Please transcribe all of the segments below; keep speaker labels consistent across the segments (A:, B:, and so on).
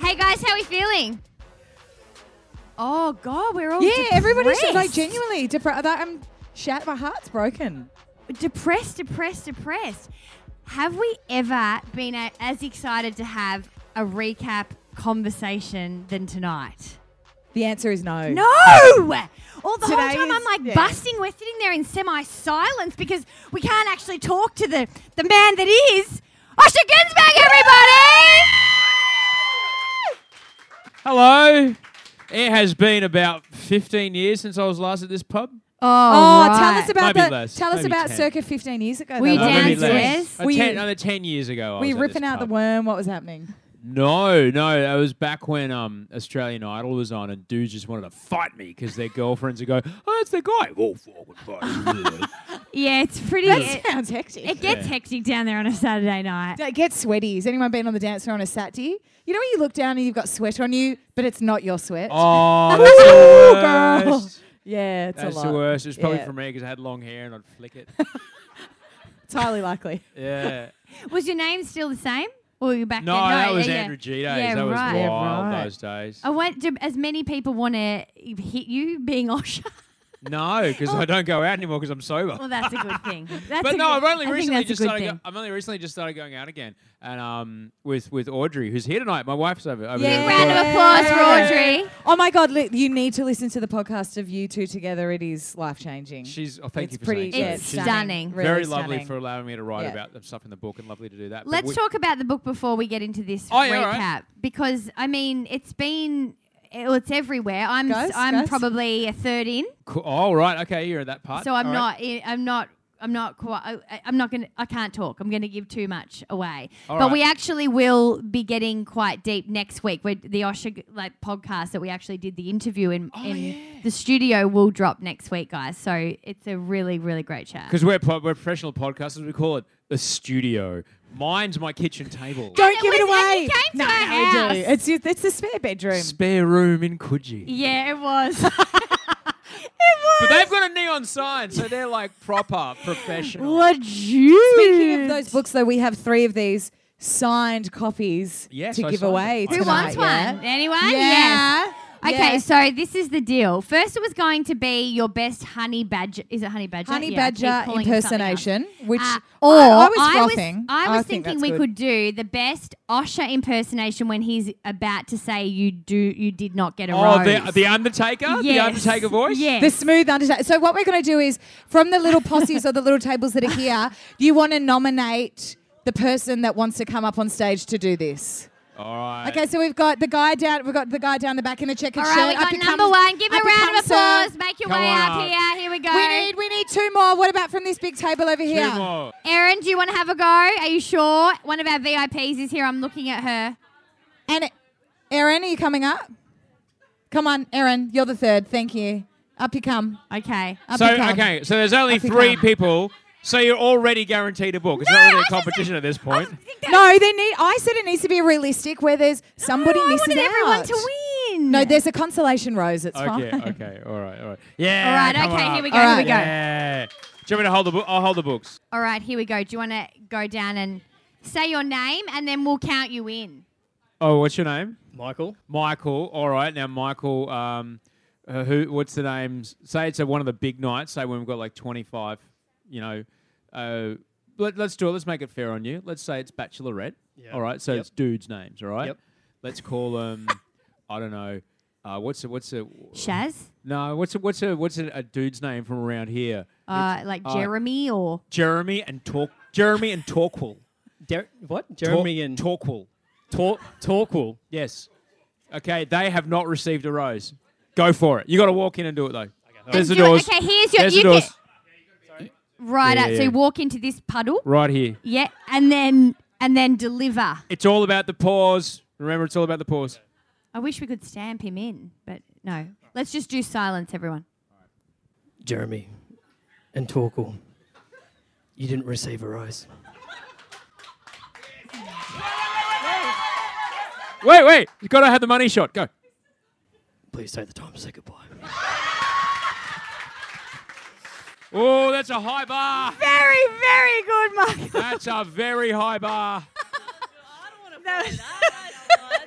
A: Hey guys, how are we feeling? Oh God, we're all
B: Yeah, everybody's just, like
A: depressed.
B: genuinely different. That, I'm shat. My heart's broken.
A: depressed, depressed, depressed. Have we ever been a- as excited to have a recap conversation than tonight?
B: The answer is no.
A: No! All the
B: Today
A: whole time I'm
B: is-
A: like
B: yeah.
A: busting. We're sitting there in semi-silence because we can't actually talk to the the man that is Osher Ginsberg, everybody.
C: Hello. It has been about 15 years since I was last at this pub.
B: Oh, tell us about
C: Maybe
B: the.
C: less,
B: Tell us
C: maybe
B: about
C: 10.
B: circa 15 years ago.
A: Were you
B: though.
C: No, maybe
A: downstairs?
C: less. Uh,
B: Were you-
C: ten, another 10 years ago. I
B: Were
C: was
B: you
C: at
B: ripping
C: this
B: out the
C: pub.
B: worm? What was happening?
C: No, no. It was back when um, Australian Idol was on and dudes just wanted to fight me because their girlfriends would go, oh, that's the guy. Well, fucking fight.
A: Yeah, it's pretty. e-
B: That
A: It,
B: sounds hectic.
A: it gets
C: Yeah.
A: hectic down there on a Saturday night.
B: It gets sweaty. Has anyone been on the dance floor on a Saturday? You know when you look down and you've got sweat on you, but it's not your sweat.
C: oh, that's the
B: girl.
C: worst.
B: Yeah, it's
C: That's
B: a
C: the
B: lot.
C: worst. It's probably
B: Yeah.
C: for me because I had long hair and I'd flick it.
B: It's highly likely.
C: yeah.
A: Was your name still the same? Or were you back
C: No,
A: then?
C: that
A: yeah,
C: was
A: yeah.
C: Andrew G days.
A: Yeah,
C: that was
A: right.
B: Yeah,
C: wild
B: right. Oh.
C: those days.
A: I want do as many people want to hit you being Osha.
C: No, because
B: Oh.
C: I don't go out anymore because I'm sober.
A: well, that's a good thing. That's
C: but
A: a good,
C: no, I've only
A: I think
C: recently
A: that's a
C: just
A: good
C: started.
A: thing.
C: Go, I've only recently just started going out again, and um, with with Audrey, who's here tonight. My wife's over. over there.
B: Yeah.
A: Round of
B: Yeah.
A: applause for
B: Yeah.
A: Audrey.
B: Oh my God, li- you need to listen to the podcast of you two together. It is life changing.
C: She's. Oh, thank
B: it's
C: you for
B: pretty
C: saying
B: yeah,
C: so.
A: It's
C: She's
A: stunning.
B: really
C: very lovely
B: stunning.
C: for allowing me to write
B: Yeah.
C: about the stuff in the book, and lovely to do that. But
A: Let's
C: we-
A: talk about the book before we get into this
C: Oh,
A: recap
C: yeah, all right.
A: because I mean it's been it- it's everywhere. I'm
B: Guys,
A: I'm
B: guys.
A: probably a third in,
C: Cool. Oh, right. Okay, you're at that part.
A: so I'm
C: All right.
A: not i- I'm not. I'm not quite. I, I'm not gonna. I can't talk. I'm gonna give too much away.
C: All
A: but
C: right.
A: we actually will be getting quite deep next week. Where the Osha like podcast that we actually did the interview in
C: Oh,
A: in the studio will drop next week, guys. So it's a really really great chat.
C: Because we're, po- we're professional podcasters, we call it the studio. Mine's my kitchen table.
B: Don't
A: it
B: give it
A: was- and
B: away.
A: you came to
B: no,
A: our
B: you do.
A: house.
B: It's your, it's the spare bedroom.
C: Spare room in Coogee.
A: Yeah, it was. it
C: But
A: was.
C: they've got a neon sign, so they're like proper professional.
A: Legit.
B: Speaking of those books, though, we have three of these signed copies
C: Yes,
B: to
C: I
B: give
C: signed
B: away.
C: them.
A: Who
B: tonight,
A: wants one?
B: yeah?
A: Anyone?
B: Yeah.
A: Yes. Okay,
B: Yeah.
A: so this is the deal. First, it was going to be your best honey badger. Is it honey badger?
B: honey
A: Yeah, I keep
B: badger
A: calling it something else.
B: impersonation, which
A: Uh,
B: oh,
A: or
B: I was
A: I was,
B: frothing.
A: I was
B: think
A: thinking
B: that's
A: we
B: good.
A: could do the best Osha impersonation when he's about to say you do you did not get a
C: Oh,
A: rose.
C: the, the Undertaker? The
A: Yes.
C: Undertaker voice?
A: Yes.
B: The smooth undertone. So what we're going to do is from the little posses or the little tables that are here, you want to nominate the person that wants to come up on stage to do this.
C: All right.
B: Okay, so we've got the guy down. We've got the guy down the back in the
A: All
B: checkered shirt.
A: right, we
B: Up
A: got
B: he
A: number
B: comes-
A: one. Give a
B: up he
A: round of
B: comes, sir.
A: applause. Make your
C: Come
A: way
C: on
A: up
C: up.
A: here. Here we go.
B: We need we need two more. What about from this big table over here?
C: Two more.
A: Erin, do you want to have a go? Are you sure? One of our VIPs is here. I'm looking at her.
B: And Erin, are you coming up? Come on, Erin, you're the third. Thank you. Up you come.
A: Okay.
B: Up
C: So
B: you come.
C: okay, so there's only
B: Up you
C: three
B: come.
C: people. So you're already guaranteed a book. It's
A: No,
C: not really
A: I
C: a
A: just-
C: competition at this point.
B: No, they need. I said it needs to be realistic, where there's somebody
A: Oh, I
B: misses
A: wanted
B: out.
A: everyone to win.
B: No, there's a consolation rose. It's
C: okay,
B: fine.
C: okay, all right, all right. Yeah.
A: All right,
C: come
A: okay,
C: on
A: here
C: up.
A: we go.
B: All
A: Here we
B: right.
A: go.
C: Yeah. Do you want me to hold the book? I'll hold the books.
A: All right, here we go. Do you want to go down and say your name and then we'll count you in?
C: Oh, what's your name?
D: Michael.
C: Michael. All right, now Michael. Um, uh, who? What's the names? Say it's at one of the big nights. Say when we've got like 25. You know, uh, let, let's do it. Let's make it fair on you. Let's say it's Bachelorette.
D: Yeah.
C: All right, so
D: Yep.
C: it's dudes' names. All right.
D: Yep.
C: Let's call them. I don't know. Uh, what's a, what's a
A: Shaz,
C: no? What's a, what's a what's a, a dude's name from around here?
A: uh, like
C: uh,
A: Jeremy or
C: Jeremy and Talk. Jeremy and Torquil.
D: Der- what? Jeremy and
C: Torquil.
D: Tor- Torquil.
C: Yes. Okay, they have not received a rose. Go for it. You got to walk in and do it though. There's the
A: Do it.
C: doors.
A: Okay, here's your
C: There's
A: you
C: the doors.
A: get- right
C: Yeah,
A: out.
C: yeah,
A: So
C: yeah.
A: you walk into this puddle,
C: Right here.
A: yeah, and then and then deliver.
C: It's all about the pause. Remember, it's all about the pause.
A: I wish we could stamp him in, but no. Let's just do silence, everyone.
D: Jeremy and Torquil. You didn't receive a rose.
C: Wait, wait. You got to have the money shot. Go.
D: Please take the time to say goodbye.
C: Oh, that's a high bar.
A: Very, very good, Michael.
C: That's a very high bar.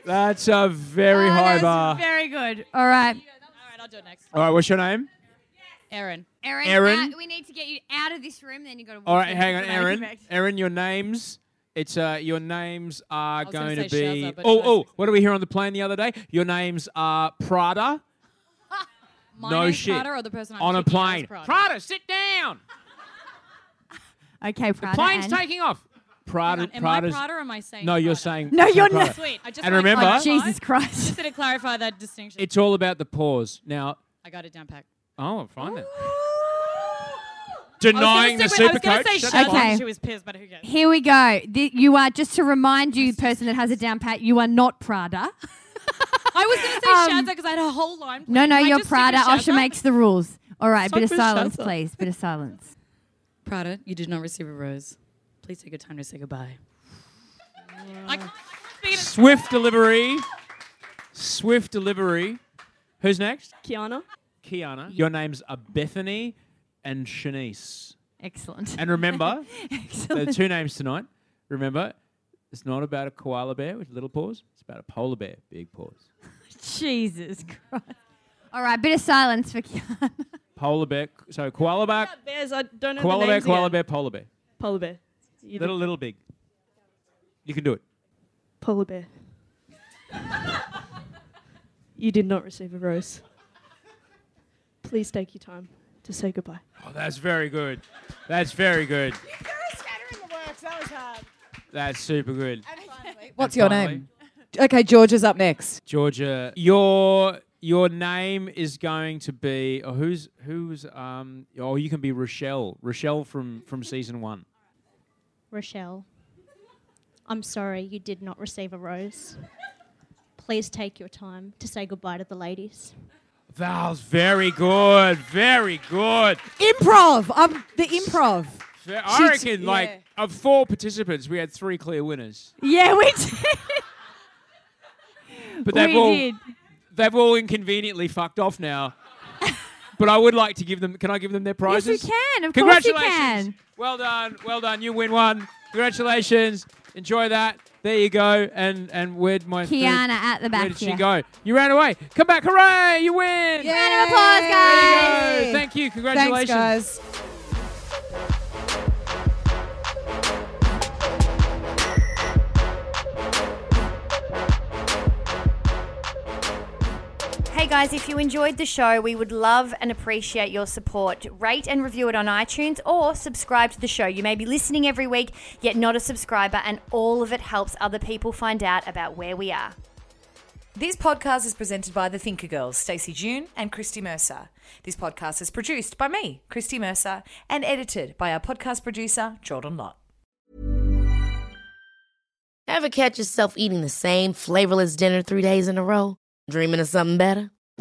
C: That's a very high bar.
A: Oh, Very good. All right,
E: All right, I'll do it next.
C: All right, what's your name?
E: Erin.
A: Erin.
C: Erin?
A: out- uh, we need to get you out of this room. Then you got to.
C: All right, hang on, Aaron.
E: back.
C: Aaron, your names. It's uh, your names are
E: was gonna
C: going to
E: say Shazza,
C: be.
E: but
C: Oh,
E: should I
C: oh,
E: fix
C: what did we hear on the plane the other day? Your names are Prada
E: My
C: No
E: name's
C: shit.
E: Prada or the person I'm
C: on a
E: picking out
C: plane.
E: is Prada.
C: Prada, sit down.
A: Okay, Prada.
C: Plane's
A: and-
C: taking off.
E: Hang
C: Prada,
E: on, Am
C: Prada's.
E: I Prada or am I saying
C: no, you're
E: Prada?
C: saying.
A: No, you're
C: Prada.
A: not.
E: Sweet. I just
C: And
E: wanna
C: remember-
E: clarify.
A: Oh, Jesus Christ.
E: Just to clarify that distinction.
C: It's all about the pause. Now,
E: I got it down pat.
C: oh, fine then.
E: I was gonna
C: Denying the
E: stick with- I
C: super
E: was gonna
C: coach.
E: say
C: Shut
E: Shazza,
C: up.
A: Okay.
E: and She was pissed, but who cares?
A: Here we go. Th- you are just to remind you, person that has it down pat, you are not Prada.
E: I was going to say Shazza because I had a whole line.
A: Um, No,
E: planned.
A: no,
E: Can I
A: you're
E: just stick with
A: Prada. Osha
E: Shazza?
A: makes the rules. All right,
D: Stop
A: bit of
D: with
A: silence,
D: Shazza.
A: please. Bit of silence.
E: Prada, you did not receive a rose. Please take your time to say goodbye. I can't speak it.
C: Swift delivery. Swift delivery. Who's next?
F: Kiana.
C: Kiana. Your names are Bethany and Shanice.
A: Excellent.
C: And remember, the
A: Excellent.
C: two names tonight. Remember, it's not about a koala bear with little paws. It's about a polar bear, big paws.
A: Jesus Christ. All right, bit of silence for Kiana.
C: Polar bear. So koala bear,
F: Bears, I don't know
C: koala
F: the
C: bear,
F: names
C: koala
F: again.
C: bear, polar bear.
F: Polar bear. You
C: Little, little, big. You can do it.
F: Polar bear. you did not receive a rose. Please take your time to say goodbye.
C: Oh, that's very good. That's very good. That's super good.
B: What's
C: And
B: your
C: finally-
B: name? Okay, George is up next.
C: Georgia, your your name is going to be oh, who's who's um oh you can be Rochelle Rochelle from from season one.
G: Rochelle, I'm sorry you did not receive a rose. Please take your time to say goodbye to the ladies.
C: That was very good, very good.
B: Improv. Um, the improv.
C: Ve- I reckon like of four participants, we had three clear winners,
A: yeah, we did.
C: but they've
A: we
C: all
A: did.
C: they've all inconveniently fucked off now. but I would like to give them. Can I give them their
A: Yes, you
C: prizes?
A: can. Of course you can.
C: Congratulations. Well done. Well done. You win one. Congratulations. Enjoy that. There you go. And and where'd my third-
A: Kiana at the back
C: Where did she
A: here.
C: go? You ran away. Come back. Hooray! You win.
B: Round
A: of applause,
C: There you go. Thank you. Congratulations.
B: Thanks, guys.
H: Hey guys, if you enjoyed the show, we would love and appreciate your support. Rate and review it on iTunes or subscribe to the show. You may be listening every week, yet not a subscriber, and all of it helps other people find out about where we are.
I: This podcast is presented by the Thinker Girls, Stacey June and Christy Mercer. This podcast is produced by me, Christy Mercer, and edited by our podcast producer, Jordan Lott.
J: Ever catch yourself eating the same flavorless dinner three days in a row? Dreaming of something better?